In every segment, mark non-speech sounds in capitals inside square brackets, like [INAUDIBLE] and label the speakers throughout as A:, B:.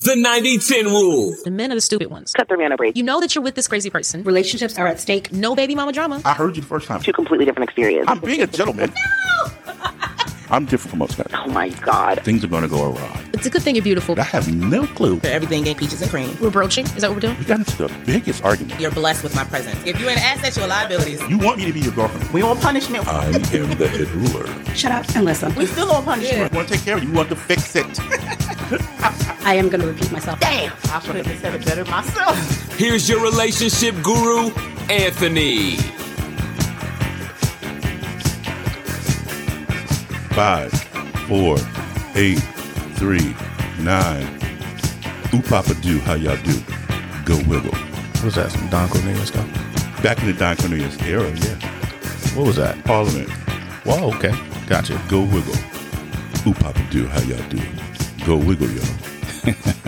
A: The 90-10 rule.
B: The men are the stupid ones.
C: Cut three on a break.
B: You know that you're with this crazy person.
D: Relationships are at stake.
B: No baby mama drama.
E: I heard you the first time.
C: Two completely different experiences.
E: I'm being a
F: [LAUGHS]
E: gentleman. I'm different from most guys.
C: Oh my God.
E: Things are going to go awry.
B: It's a good thing you're beautiful.
E: I have no clue.
D: Everything ain't peaches and cream.
B: We're broaching. Is that what we're doing?
E: We got into the biggest argument.
D: You're blessed with my presence. If you're an asset, you're liabilities.
E: You want me to be your girlfriend.
D: We want punishment.
E: I am the head ruler.
D: Shut up and listen. We still on punishment.
E: I want to take care of you. You want to fix it. [LAUGHS]
D: I am going to repeat myself. Damn. I should have said it better myself.
A: Here's your relationship guru, Anthony.
E: Five, four, eight, three, nine. Ooh, Papa, do how y'all do. Go wiggle.
F: What was that? Some Don Cornelius stuff?
E: Back in the Don Cornelius era, yeah.
F: What was that?
E: Parliament.
F: Whoa, okay. Gotcha.
E: Go wiggle. Ooh, Papa, do how y'all do. Go wiggle, y'all.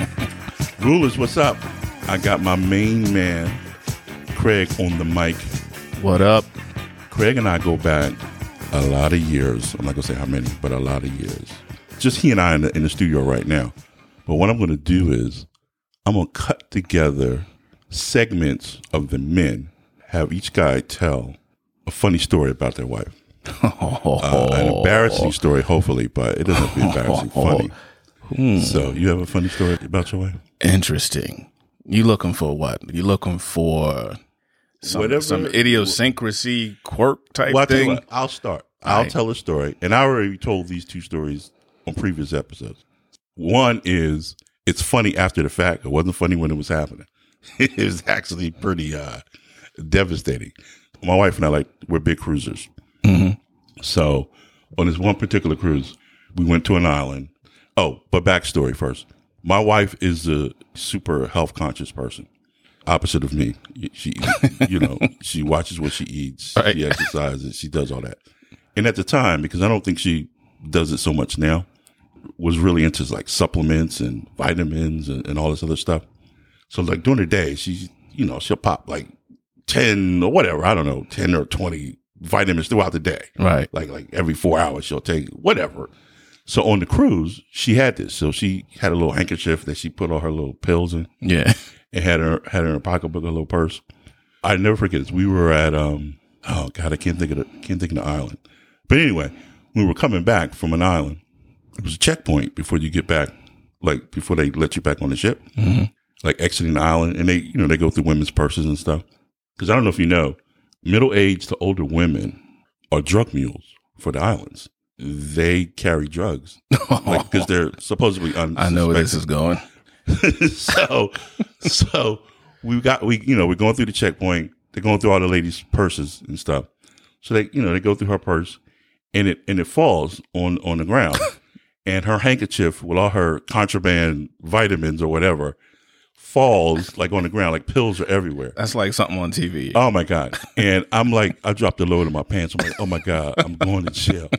E: [LAUGHS] Rulers, what's up? I got my main man, Craig, on the mic.
F: What up?
E: Craig and I go back a lot of years. I'm not gonna say how many, but a lot of years. Just he and I in the, in the studio right now. But what I'm gonna do is I'm gonna cut together segments of the men. Have each guy tell a funny story about their wife, uh, an
F: Oh.
E: embarrassing story, hopefully, but it doesn't have to be embarrassing. Funny. So you have a funny story about your wife?
F: [LAUGHS] Interesting. You looking for what? You looking for some,
E: Whatever-
F: some idiosyncrasy quirk type
E: Well, I'll, tell you
F: thing?
E: what, I'll start. I'll
F: Aight.
E: tell a story, and I already told these two stories on previous episodes. One is it's funny after the fact. It wasn't funny when it was happening. [LAUGHS] it was actually pretty uh, devastating. My wife and I like we're big cruisers,
F: Mm-hmm.
E: so on this one particular cruise, we went to an island. Oh, but backstory first. My wife is a super health conscious person, opposite of me. She, you
F: [LAUGHS]
E: know, she watches what she eats,
F: Right.
E: she exercises, she does all that. And at the time, because I don't think she does it so much now, was really into like supplements and vitamins and, and all this other stuff. So like during the day, she's you know she'll pop like ten or whatever I don't know ten or twenty vitamins throughout the day
F: Right.
E: like like every four hours she'll take whatever. So on the cruise, she had this. So she had a little handkerchief that she put all her little pills in
F: Yeah.
E: and had her had her in her pocketbook, a little purse. I never forget this. We were at um oh god, I can't think of the can't think of the island. But anyway, we were coming back from an island. It was a checkpoint before you get back, like before they let you back on the ship,
F: Mm-hmm.
E: like exiting the island, and they you know they go through women's purses and stuff. Because I don't know if you know, middle aged to older women are drug mules for the islands. They carry drugs because they're supposedly un-
F: [LAUGHS] I know where this is going.
E: [LAUGHS] so so we got we you know we're going through the checkpoint they're going through all the ladies purses and stuff so they you know they go through her purse and it and it falls on on the ground and her handkerchief with all her contraband vitamins or whatever falls like on the ground like pills are everywhere
F: That's like something on TV.
E: Oh my god! And I'm like, I dropped a load in my pants. I'm like, oh my god, I'm going to jail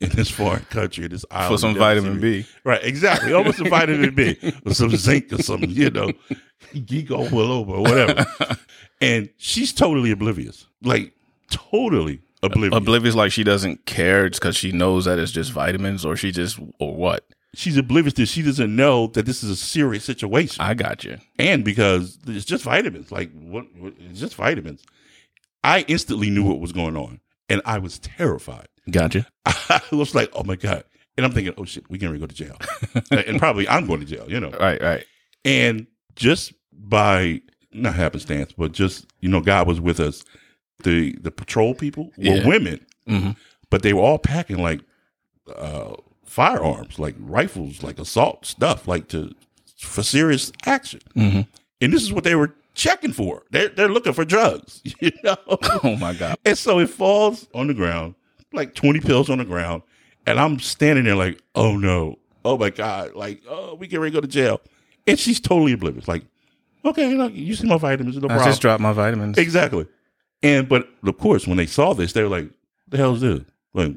E: in this foreign country, this island
F: some
E: That was
F: vitamin
E: serious.
F: B.
E: Right, exactly. Almost some vitamin B or some zinc or some, you know, geek all over or whatever. And she's totally oblivious, like totally oblivious.
F: Oblivious like she doesn't care because she knows that it's just vitamins or she just or what.
E: she's oblivious that she doesn't know that this is a serious situation.
F: I got you.
E: and because it's just vitamins. Like what, what? It's just vitamins. I instantly knew what was going on, and I was terrified.
F: Got you.
E: [LAUGHS] I was like, oh my God. And I'm thinking, oh shit, we can to go to jail. [LAUGHS] and probably I'm going to jail, you know.
F: Right, right. [LAUGHS]
E: And just by not happenstance, but just, you know, God was with us. The the patrol people were
F: Yeah.
E: women,
F: Mhm.
E: but they were all packing like uh firearms, like rifles, like assault stuff, like to for serious action.
F: Mhm.
E: And this is what they were checking for. They're they're looking for drugs, [LAUGHS] you know.
F: Oh my God.
E: And so it falls on the ground, like 20 pills on the ground. And I'm standing there like, oh no, oh my God, like, oh, we get ready to go to jail. And she's totally oblivious. Like, okay, look, you see my vitamins, no
F: I
E: problem.
F: just dropped my vitamins.
E: exactly. And, but of course, when they saw this, they were like, the hell's this? Like,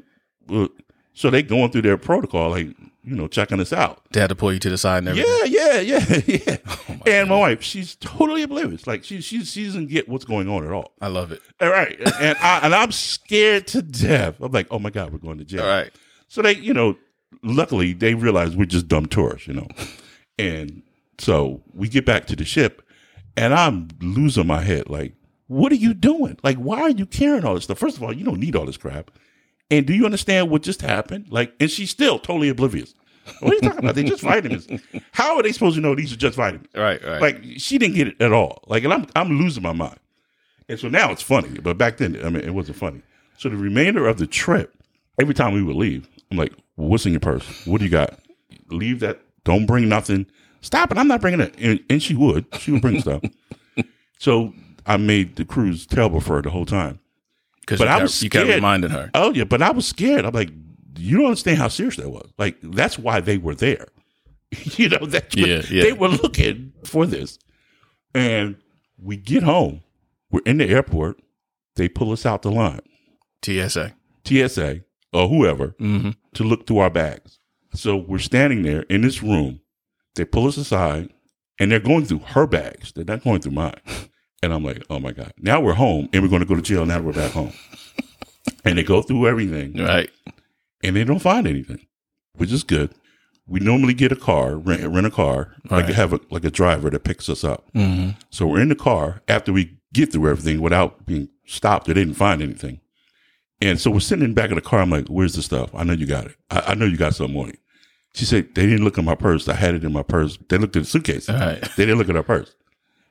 E: uh, so they going through their protocol, like, you know, checking us out.
F: They had to pull you to the side and everything.
E: Yeah, yeah, yeah, [LAUGHS] yeah. and my wife, she's totally oblivious. Like, she, she, she doesn't get what's going on at all.
F: I love it.
E: All right. And I and I'm scared to death. I'm like, oh my God, we're going to jail.
F: All right.
E: So they, you know, luckily they realize we're just dumb tourists, you know. And So we get back to the ship, and I'm losing my head. Like, what are you doing? Like, why are you carrying all this stuff? First of all, you don't need all this crap. And do you understand what just happened? Like, and she's still totally oblivious. What are you talking about? They just
F: [LAUGHS]
E: vitamins. How are they supposed to know these are just vitamins?
F: Right, right.
E: Like, she didn't get it at all. Like, and I'm I'm losing my mind. And so now it's funny, but back then, I mean, it wasn't funny. So the remainder of the trip, every time we would leave, I'm like, "What's in your purse? What do you got? Leave that. Don't bring nothing. Stop it. I'm not bringing it." And, and she would. She would bring
F: [LAUGHS]
E: stuff. So I made the cruise terrible for her the wole time.
F: Because
E: But
F: you,
E: I
F: kept-
E: was
F: you kept
E: scared.
F: reminding her.
E: Oh yeah, but I was scared. I'm like, you don't understand how serious that was. Like that's why they were there. [LAUGHS] you know that
F: Yeah, yeah.
E: they were looking for this. And we get home. We're in the airport. They pull us out the line,
F: TSA.
E: TSA or whoever,
F: Mm-hmm.
E: to look through our bags. So we're standing there in this room. They pull us aside, and they're going through her bags. They're not going through mine. And I'm like, oh my god! Now we're home, and we're going to go to jail. Now that we're back home. And they go through everything
F: Right.
E: and they don't find anything, which is good. We normally get a car, rent, rent a car, like
F: Right.
E: have a, like a driver that picks us up.
F: Mm-hmm.
E: So we're in the car after we get through everything without being stopped. They didn't find anything, and so we're sitting in the back of the car. I'm like, "Where's the stuff? I know you got it. I, I know you got something on it." She said, "They didn't look in my purse. I had it in my purse. They looked at the suitcase.
F: All right.
E: They didn't look at her purse."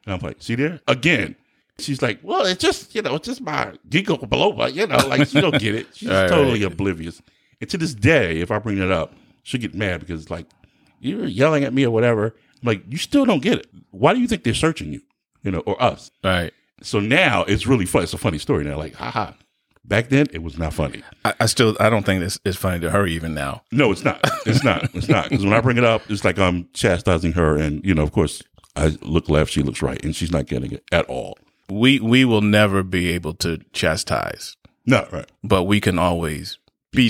E: And I'm like, "See there again." She's like, "Well, it's just you know, it's just my giggle below, but you know, like she don't
F: [LAUGHS]
E: get it. She's
F: Right,
E: totally
F: right.
E: oblivious." And to this day, if I bring it up, she'll get mad because it's like you're yelling at me or whatever. I'm like, "You still don't get it. Why do you think they're searching you? You know, or us?"
F: Right.
E: So now it's really fun. It's a funny story now. Like, haha. Back then, it was not funny.
F: I, I still I don't think this is funny to her even now.
E: No, it's not. It's not. It's not. Because when I bring it up, it's like I'm chastising her, and you know, of course, I look left, she looks right, and she's not getting it at all.
F: We we will never be able to chastise,
E: No, right.
F: but we can always be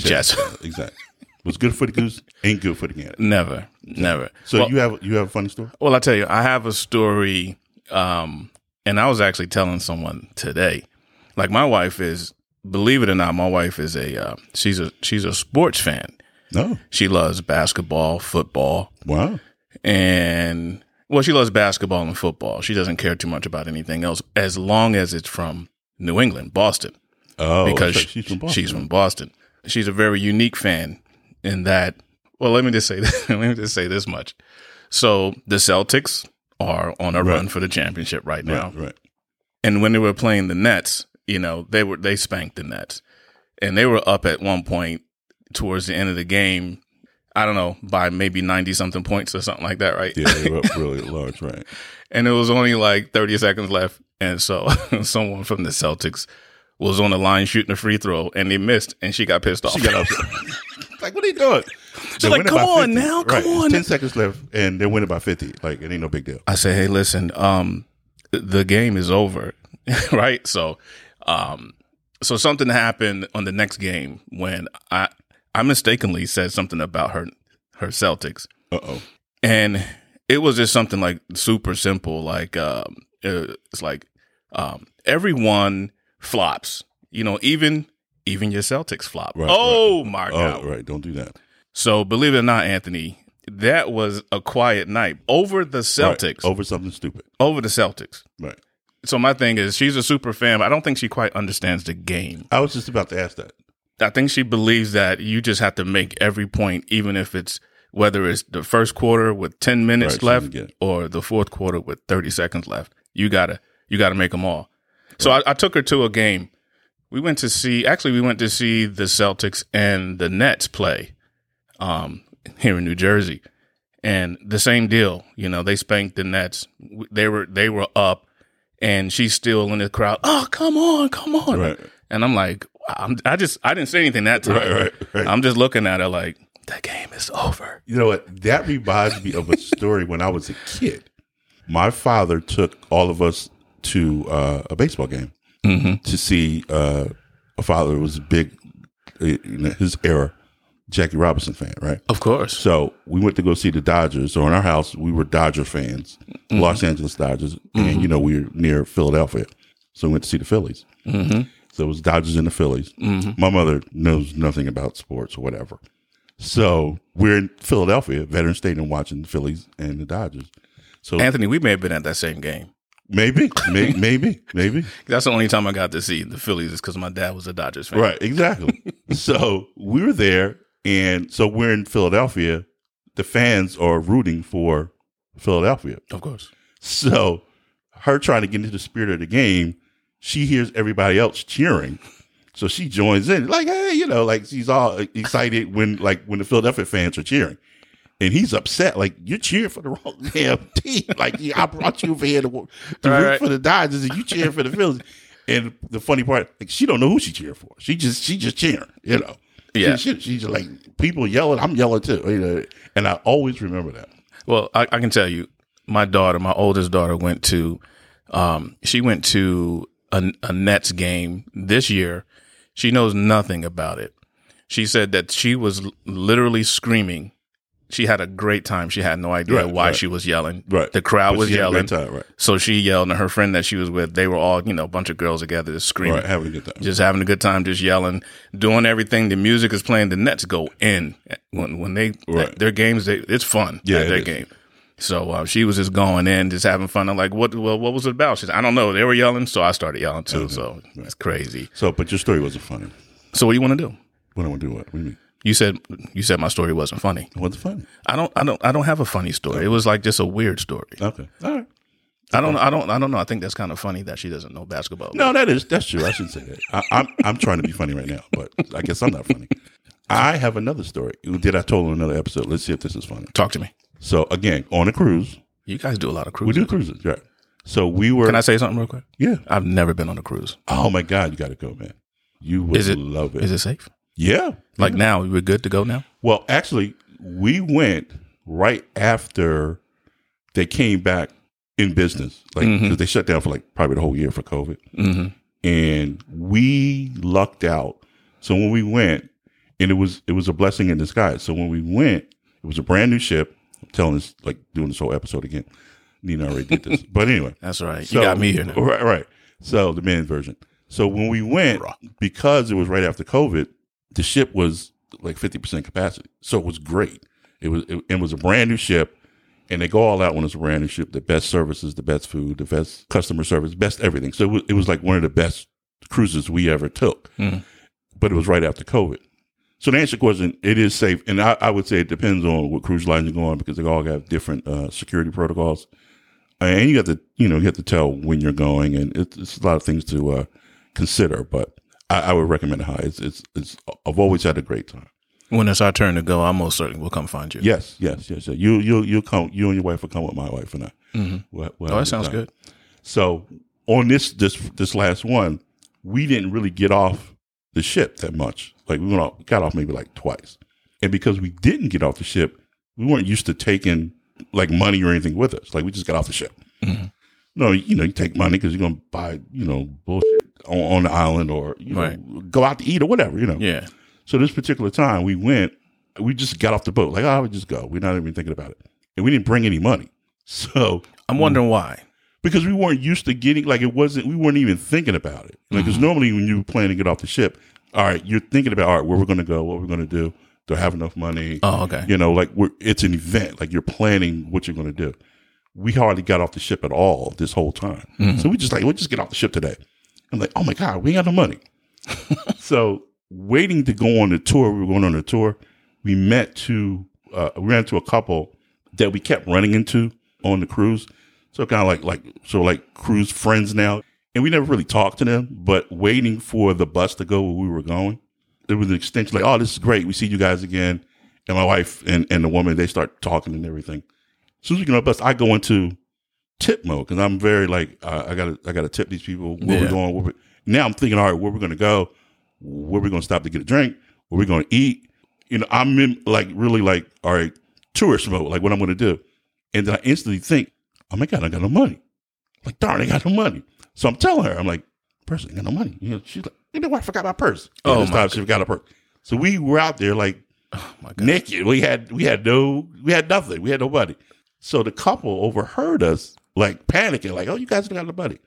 E: [LAUGHS]
F: chastised.
E: Exactly. What's good for the goose ain't good for the gander.
F: [LAUGHS] never, never.
E: So
F: well,
E: you have you have a funny story?
F: well, I tell you, I have a story, um, and I was actually telling someone today. Like my wife is, believe it or not, my wife is a uh, she's a she's a sports fan.
E: No.
F: She loves basketball, football,
E: Wow.
F: and well, she loves basketball and football. She doesn't care too much about anything else as long as it's from New England, Boston,
E: Oh,
F: because
E: okay. she's from Boston.
F: She's from Boston. She's a very unique fan in that. Well, let me just say [LAUGHS] this. let me just say this much. So the Celtics are on a
E: Right.
F: run for the championship right now,
E: right, right.
F: and when they were playing the Nets, you know they were they spanked the Nets, and they were up at one point towards the end of the game. I don't know by maybe ninety something points or something like that, right?
E: Yeah, they were up really large, right?
F: and it was only like 30 seconds left. And so [LAUGHS] someone from the Celtics was on the line shooting a free throw and they missed and she got pissed off.
E: She got
F: [LAUGHS]
E: upset. like, what are you doing? They
F: like,
E: win it
F: "Come
E: by
F: on now, come
E: It's
F: on."
E: Ten seconds left, and they win it by fifty. Like, it ain't no big deal.
F: I said, "Hey, listen, um the game is over." [LAUGHS] right? So um so something happened on the next game when I I mistakenly said something about her her Celtics.
E: Uh oh.
F: and it was just something like super simple like um uh, it's like um everyone flops you know even even your celtics flop
E: Right,
F: oh my
E: Oh,
F: god
E: right. Don't do that.
F: so believe it or not anthony that was a quiet night over the
E: Right.
F: celtics
E: over something stupid.
F: over the celtics
E: Right.
F: so my thing is she's a super fan but i don't think she quite understands the game
E: I was just about to ask that.
F: I think she believes that you just have to make every point, even if it's whether it's the first quarter with ten minutes
E: Right, she didn't
F: left
E: get it.
F: or the fourth quarter with thirty seconds left. You gotta you gotta make them all. So I, I took her to a game. We went to see actually we went to see the Celtics and the Nets play um, here in New Jersey, and the same deal. You know they spanked the Nets. W- They were they were up, and she's still in the crowd. Oh come on, come on!
E: Right.
F: And I'm like, I'm, I just I didn't say anything that time.
E: Right, right, right.
F: I'm just looking at her like the game is over.
E: You know what? That reminds me of a story when I was a kid. My father took all of us to uh, a baseball game to see uh, a father who was a big uh, in his era Jackie Robinson fan, right?
F: Of course.
E: So we went to go see the Dodgers. So in our house, we were Dodger fans, Los Angeles Dodgers, and you know we were near Philadelphia, so we went to see the Phillies. So it was Dodgers and the Phillies. My mother knows nothing about sports or whatever, so we're in Philadelphia, Veterans Stadium, watching the Phillies and the Dodgers. So
F: Anthony, we may have been at that same game.
E: maybe, may, maybe, maybe.
F: That's the only time I got to see the Phillies is because my dad was a Dodgers fan.
E: Right, exactly. so we were there, and so we're in Philadelphia. The fans are rooting for Philadelphia.
F: Of course.
E: So her trying to get into the spirit of the game, she hears everybody else cheering. So she joins in, like, hey, you know, like she's all excited when like when the Philadelphia fans are cheering. And he's upset, like, you're cheering for the wrong [LAUGHS] damn team. Like, yeah, I brought you over here to, to
F: Right,
E: root
F: right.
E: for the Dodgers and you cheering for the Phillies. And the funny part, like, she don't know who she cheering for. She just she just cheering, you know.
F: Yeah.
E: She, she- she's just like people yelling, I'm yelling too. You know? And I always remember that.
F: Well, I, I can tell you, my daughter, my oldest daughter, went to, um, she went to a, a Nets game this year. She knows nothing about it. She said that she was l- literally screaming. She had a great time. She had no idea
E: Right,
F: why
E: right.
F: she was yelling.
E: Right.
F: The crowd
E: But
F: was
E: she had a
F: yelling.
E: great time, right.
F: So she yelled, and her friend that she was with, they were all, you know, a bunch of girls together just screaming,
E: Right, having a good time.
F: just having a good time, just yelling, doing everything. The music is playing. The Nets go in when when they
E: Right.
F: their games. They, it's fun
E: Yeah,
F: at
E: it
F: their
E: is.
F: game. So uh, she was just going in, just having fun. I'm like, what? Well, what was it about? She's, I don't know. They were yelling, so I started yelling too. So it's crazy.
E: Mm-hmm. So but your story wasn't funny.
F: So what do you want to do?
E: What do I do? What? what do you mean?
F: You said you said my story wasn't funny.
E: What's funny?
F: I don't. I don't. I don't have a funny story. It was like just a weird story.
E: Okay. All right.
F: I don't. I don't. I don't know. I think that's kind of funny that she doesn't know basketball.
E: No, that is that's true. I shouldn't say that. I, I'm I'm trying to be funny right now, but I guess I'm not funny. I have another story. Did I told in another episode? Let's see if this is funny.
F: Talk to me.
E: So again, on a cruise,
F: You guys do a lot of
E: we
F: cruises.
E: do cruises, right? So we were.
F: Can I say something real quick?
E: yeah.
F: I've never been on a cruise.
E: Oh my God, you got to go, man. You would
F: Is it-
E: love it.
F: Is it safe?
E: Yeah.
F: Like now, we're good to go now.
E: Well, actually, we went right after they came back in business, like 'cause they shut down for like probably the whole year for COVID.
F: Mm-hmm.
E: and we lucked out. So when we went, and it was it was a blessing in disguise. So when we went, it was a brand new ship. I'm telling this like doing this whole episode again. Nina already did this, but anyway,
F: That's all right.
E: so-
F: you got me here now.
E: Right, right. So the men's version. So when we went, because it was right after COVID, the ship was like fifty percent capacity. So it was great. It was it, it was a brand new ship, and they go all out when it's a brand new ship. The best services, the best food, the best customer service, best everything. So it was, it was like one of the best cruises we ever took. But it was right after COVID. So to answer your question, it is safe, and I, I would say it depends on what cruise lines you go on because they all have different uh, security protocols and you have to you know you have to tell when you're going and it's, it's a lot of things to uh consider but I, I would recommend high it's, it's it's i've always had a great time
F: When it's our turn to go, I most certainly will come find you.
E: yes yes yes, yes. you you you'll come you and your wife will come with my wife and i We'll- we'll have a
F: Oh, that
E: good
F: sounds
E: time.
F: good.
E: so on this this this last one we didn't really get off the ship that much like we went off, got off maybe like twice and because we didn't get off the ship we weren't used to taking like money or anything with us like we just got off the ship
F: Mm-hmm.
E: no, you know, you take money because you're gonna buy, you know, bullshit on, on the island or you know,
F: Right.
E: go out to eat or whatever, you know.
F: Yeah.
E: So this particular time we went, we just got off the boat like, oh, we just go. We're not even thinking about it, and we didn't bring any money. [LAUGHS] So
F: I'm wondering why.
E: [LAUGHS] because we weren't used to getting like it wasn't, we weren't even thinking about it. Like
F: Mm-hmm.
E: because normally when you plan to get off the ship, all right, you're thinking about all right, where we're gonna go, what we're gonna do, do I have enough money?
F: Oh, okay.
E: You know, like we're, it's an event. Like you're planning what you're going to do. We hardly got off the ship at all this whole time.
F: Mm-hmm.
E: So we just like, we'll just get off the ship today. I'm like, oh my God, we ain't got no money. so waiting to go on the tour, we were going on a tour. We met to, uh, we ran into a couple that we kept running into on the cruise. So kind of like, like, so like cruise friends now. And we never really talked to them, but waiting for the bus to go where we were going it was an extension. Like, oh, this is great. We see you guys again. And my wife and, and the woman, they start talking and everything. As soon as we get on the bus, I go into tip mode because I'm very like, uh, I gotta, I gotta tip these people. Where we
F: Yeah.
E: going? Where we, now I'm thinking, all right, where we're gonna go? Where we gonna stop to get a drink? Where we gonna eat? You know, I'm in like really like, all right, tourist mode. Like what I'm gonna do? And then I instantly think, oh my god, I got no money. Like darn, I got no money. So I'm telling her, I'm like, purse, I ain't got no money. You know, she's like, you know what? I forgot my purse.
F: Oh,
E: Oh, this
F: my Oh
E: time she forgot her purse. So we were out there like
F: My God.
E: naked. We had we had no we had nothing. We had nobody. So the couple overheard us like panicking, like, "Oh, you guys don't got nobody."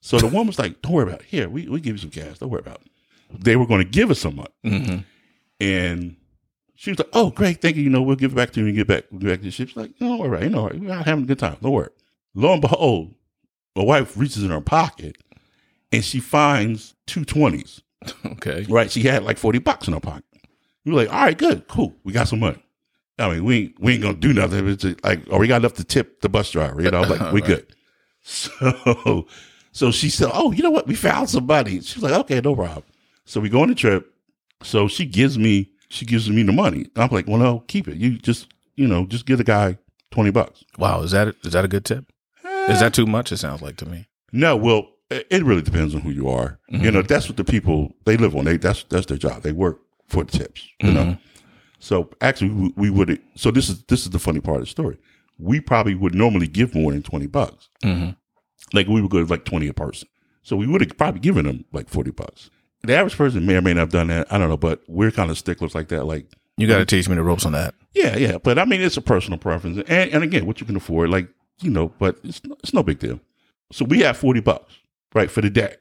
E: So the woman's like, "Don't worry about it. Here, we we give you some cash. Don't worry about it." They were going to give us some money,
F: Mm-hmm.
E: and she was like, "Oh, great, thank you. You know, we'll give it back to you when you get back. We'll get back to the ship." She's like, "No, all right, you know, we're out having a good time. Don't worry." Lo and behold, my wife reaches in her pocket and she finds two twenties.
F: Okay.
E: Right? She had like forty bucks in her pocket. We were like, all right, good, cool, we got some money. I mean, we ain't, we ain't gonna do nothing. It's just like, oh, we got enough to tip the bus driver. You know, I'm like we good. So, [LAUGHS] so she said, oh, you know what? We found somebody. She was like, okay, no problem. So we go on the trip. So she gives me she gives me the money. I'm like, well, no, keep it. You just you know just give the guy twenty bucks.
F: Wow. Is that is that a good tip? Is that too much? It sounds like to me.
E: No, well, it it really depends on who you are. You know, that's what the people they live on. They that's that's their job. They work for the tips. You know, so actually we, we would. So this is this is the funny part of the story. We probably would normally give more than twenty bucks. Like we would go to like twenty a person. So we would have probably given them like forty bucks. The average person may or may not have done that. I don't know, but we're kind of sticklers like that. Like
F: You got to teach me the ropes on that.
E: yeah, yeah, but I mean, it's a personal preference, and and again, what you can afford, like you know, but it's it's no big deal. So we had forty bucks, right, for the day.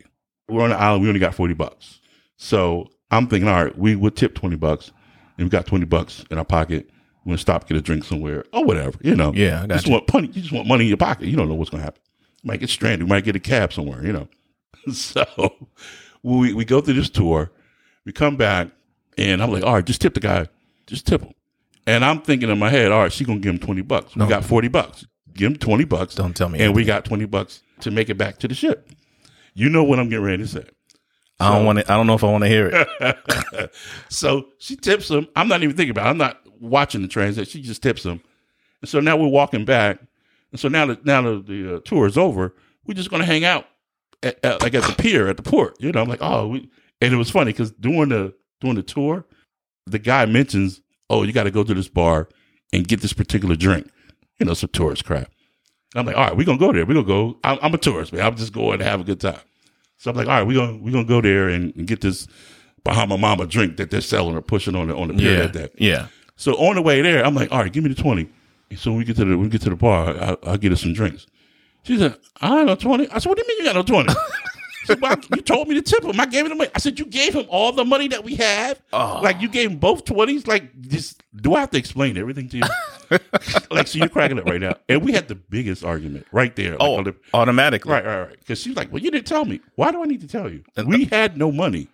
E: We're on the island. We only got forty bucks. So I'm thinking, all right, we would tip twenty bucks, and we got twenty bucks in our pocket. We're gonna stop, get a drink somewhere, or whatever, you know.
F: Yeah, I got
E: just
F: you.
E: want money. You just want money in your pocket. You don't know what's gonna happen. You might get stranded. You might get a cab somewhere. You know. [LAUGHS] So we we go through this tour. We come back, and I'm like, all right, just tip the guy. Just tip him. And I'm thinking in my head, all right, she gonna give him twenty bucks. We got forty bucks. Give him twenty bucks.
F: Don't tell me
E: And we got twenty bucks to make it back to the ship. You know what I'm getting ready to say.
F: I don't want to. I don't know if I want
E: [LAUGHS]
F: to hear it.
E: So she tips him. I'm not even thinking about. It. I'm not watching the transit. She just tips him. And so now we're walking back. And so now that now that the uh, tour is over, we're just gonna hang out at, at, like at the pier at the port. You know, I'm like, oh, we, and it was funny because during the during the tour, the guy mentions, oh, you got to go to this bar and get this particular drink. You know, some tourist crap. And I'm like, all right, we're gonna go there. We're gonna go. I'm, I'm a tourist, man. I'm just going to have a good time. So I'm like, all right, we're gonna we're gonna go there and, and get this Bahama Mama drink that they're selling or pushing on the on the pier
F: Yeah.
E: that day.
F: Yeah.
E: So on the way there, I'm like, all right, give me the twenty. And so when we get to the when we get to the bar, I, I'll get us some drinks. She said, I ain't no twenty. I said, what do you mean you got no twenty? She said, well, you told me to tip him. I gave him the money. I said, you gave him all the money that we have. Like you gave him both twenties. Like just do I have to explain everything to you? like so you're cracking up right now, and we had the biggest argument right there. like,
F: Oh,
E: on the-
F: automatically.
E: Right, right, right. Because she's like, "Well, you didn't tell me. Why do I need to tell you? We had no money.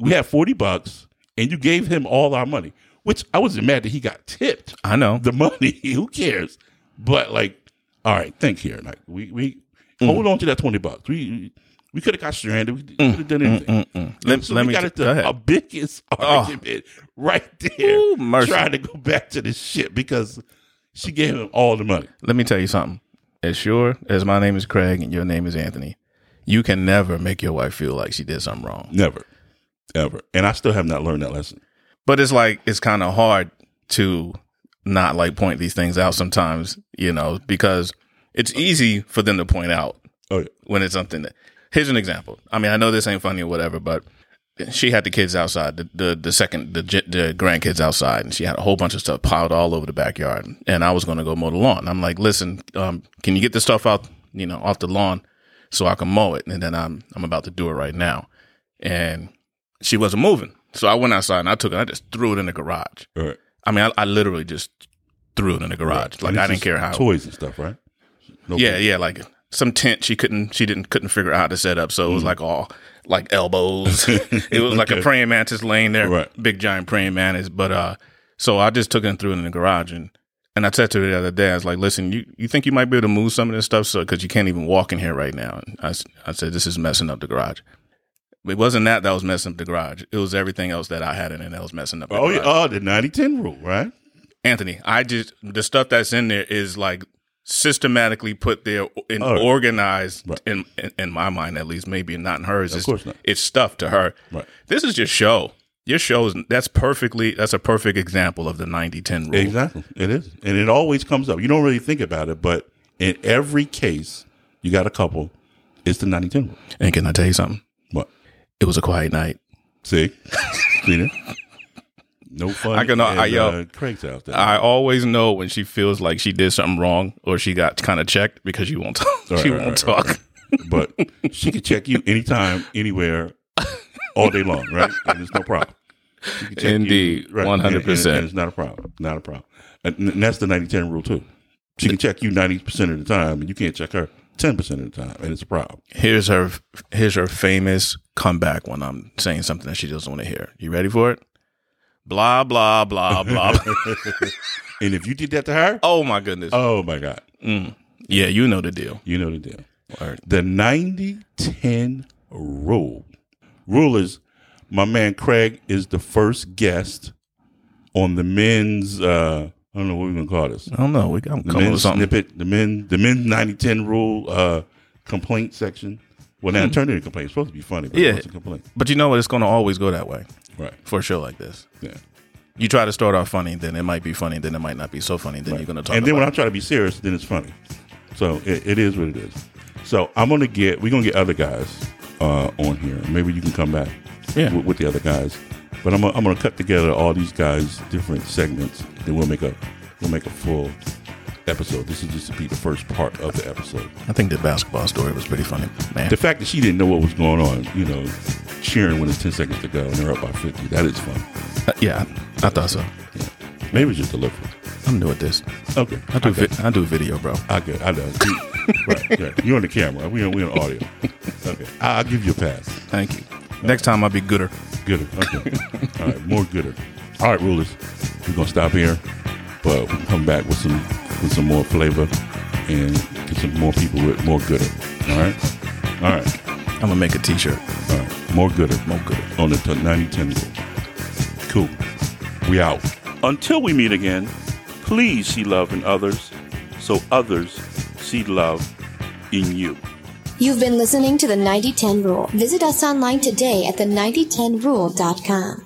E: We had forty bucks, and you gave him all our money. Which I wasn't mad that he got tipped [LAUGHS]
F: I know.
E: the money. [LAUGHS] Who cares? But like, all right, think here. Like, we we
F: Mm.
E: hold on to that twenty bucks. We we could have got stranded. We could
F: Mm,
E: have done anything.
F: Let-
E: So
F: let
E: we
F: me
E: got
F: ju-
E: it
F: go ahead. Ah.
E: the our biggest argument right there,
F: Ooh, mercy.
E: trying to go back to this shit because she gave him all the money.
F: Let me tell you something. As sure as my name is Craig and your name is Anthony, you can never make your wife feel like she did something wrong.
E: Never, ever. And I still have not learned that lesson.
F: But it's like it's kind of hard to not like point these things out sometimes, you know, because it's easy for them to point out
E: Oh yeah.
F: when it's something that. Here's an example. I mean, I know this ain't funny or whatever, but she had the kids outside, the the, the second the ge- the grandkids outside, and she had a whole bunch of stuff piled all over the backyard. And I was going to go mow the lawn. I'm like, listen, um, can you get this stuff out, you know, off the lawn so I can mow it? And then I'm I'm about to do it right now, and she wasn't moving. So I went outside and I took it. I just threw it in the garage.
E: All right.
F: I mean, I, I literally just threw it in the garage. Like
E: And
F: I
E: it's
F: didn't
E: just
F: care how.
E: toys and stuff, right? No
F: Yeah,
E: big-
F: yeah, like some tent she couldn't she didn't couldn't figure out how to set up, so it
E: Mm-hmm.
F: was like all
E: [LAUGHS]
F: like elbows. it was like a praying mantis laying there,
E: Right.
F: big giant praying mantis. But uh, so I just took it and threw it in the garage, and and I said to her the other day, I was like, listen, you you think you might be able to move some of this stuff, so because you can't even walk in here right now. And I s- I said this is messing up the garage. It wasn't that that was messing up the garage. It was everything else that I had in it that was messing up. uh, The
E: Oh, yeah.
F: garage.
E: Oh, the 90 10 rule, right?
F: Anthony, I just the stuff that's in there is like systematically put there and
E: Oh.
F: organized
E: Right.
F: in, in in my mind at least, maybe not in hers. Of it's,
E: course not.
F: It's stuff to her.
E: Right.
F: This is your show. Your show is that's perfectly that's a perfect example of the 90-10 rule.
E: Exactly. It is. And it always comes up. You don't really think about it, but in every case, you got a couple. It's the 90 10 rule.
F: And can I tell you something?
E: What?
F: It was a quiet night.
E: See? [LAUGHS] See that? No fun.
F: I can- I-
E: at,
F: yo.
E: uh, Craig's house. That
F: I always know when she feels like she did something wrong or she got kind of checked because she won't [LAUGHS] talk.
E: Right,
F: she
E: right,
F: won't
E: right,
F: talk.
E: but she can check you anytime, anywhere, all day long, right? And it's no problem. She can check you-
F: Indeed.
E: right, and- and-
F: 100%.
E: and It's not a problem. Not a problem. And and that's the 90 10 rule, too. She can check you ninety percent of the time, and you can't check her ten percent of the time, and it's a problem. [LAUGHS]
F: Here's her here's her famous comeback when I'm saying something that she doesn't want to hear. You ready for it? Blah blah blah blah.
E: [LAUGHS] And if you did that to her,
F: oh my goodness.
E: oh my god,
F: yeah, you know the deal.
E: you know the deal.
F: Word.
E: The 90-10 rule. Rule is my man Craig is the first guest on the men's. uh I don't know what we're gonna call this.
F: I don't know. We got
E: the
F: come up
E: men's
F: with something.
E: snippet, the men, the men's 90 10 rule uh, complaint section. Well, now it turned into a complaint. It's supposed to be funny, but
F: Hmm. Yeah.
E: it's a complaint.
F: But you know what? It's going to always go that way
E: Right.
F: for a show like this.
E: Yeah.
F: You try to start off funny, then it might be funny, then it might not be so funny, then you're going to talk.
E: and then
F: about
E: when I try to be serious, then it's funny. So it, it is what it is. So I'm gonna get we're gonna get other guys uh, on here. Maybe you can come back
F: Yeah.
E: with, with the other guys. But I'm gonna, I'm gonna cut together all these guys different segments. Then we'll make a we'll make a full episode. This is just to be the first part of the episode.
F: I think the basketball story was pretty funny, man.
E: The fact that she didn't know what was going on, you know, cheering when it's ten seconds to go and they're up by fifty, that is fun.
F: Uh, yeah, I thought so.
E: Yeah. Maybe it's just delivery.
F: I'm new at this.
E: Okay,
F: I do vi- I do video, bro.
E: I get, I know. [LAUGHS] right, right. You're on the camera. We on, we on audio. Okay, I- I'll give you a pass.
F: Thank you. Next time I'll be gooder.
E: Gooder. Okay. All right, more gooder. All right, rulers. We're gonna stop here, but we'll come back with some with some more flavor and get some more people with more gooder. All right. All right.
F: I'm gonna make a T-shirt.
E: All right. More gooder.
F: More gooder.
E: On the 9010 rule. Cool. We out. Until we meet again, please see love in others, so others see love in you.
C: You've been listening to the 9010 Rule. Visit us online today at the9010rule.com.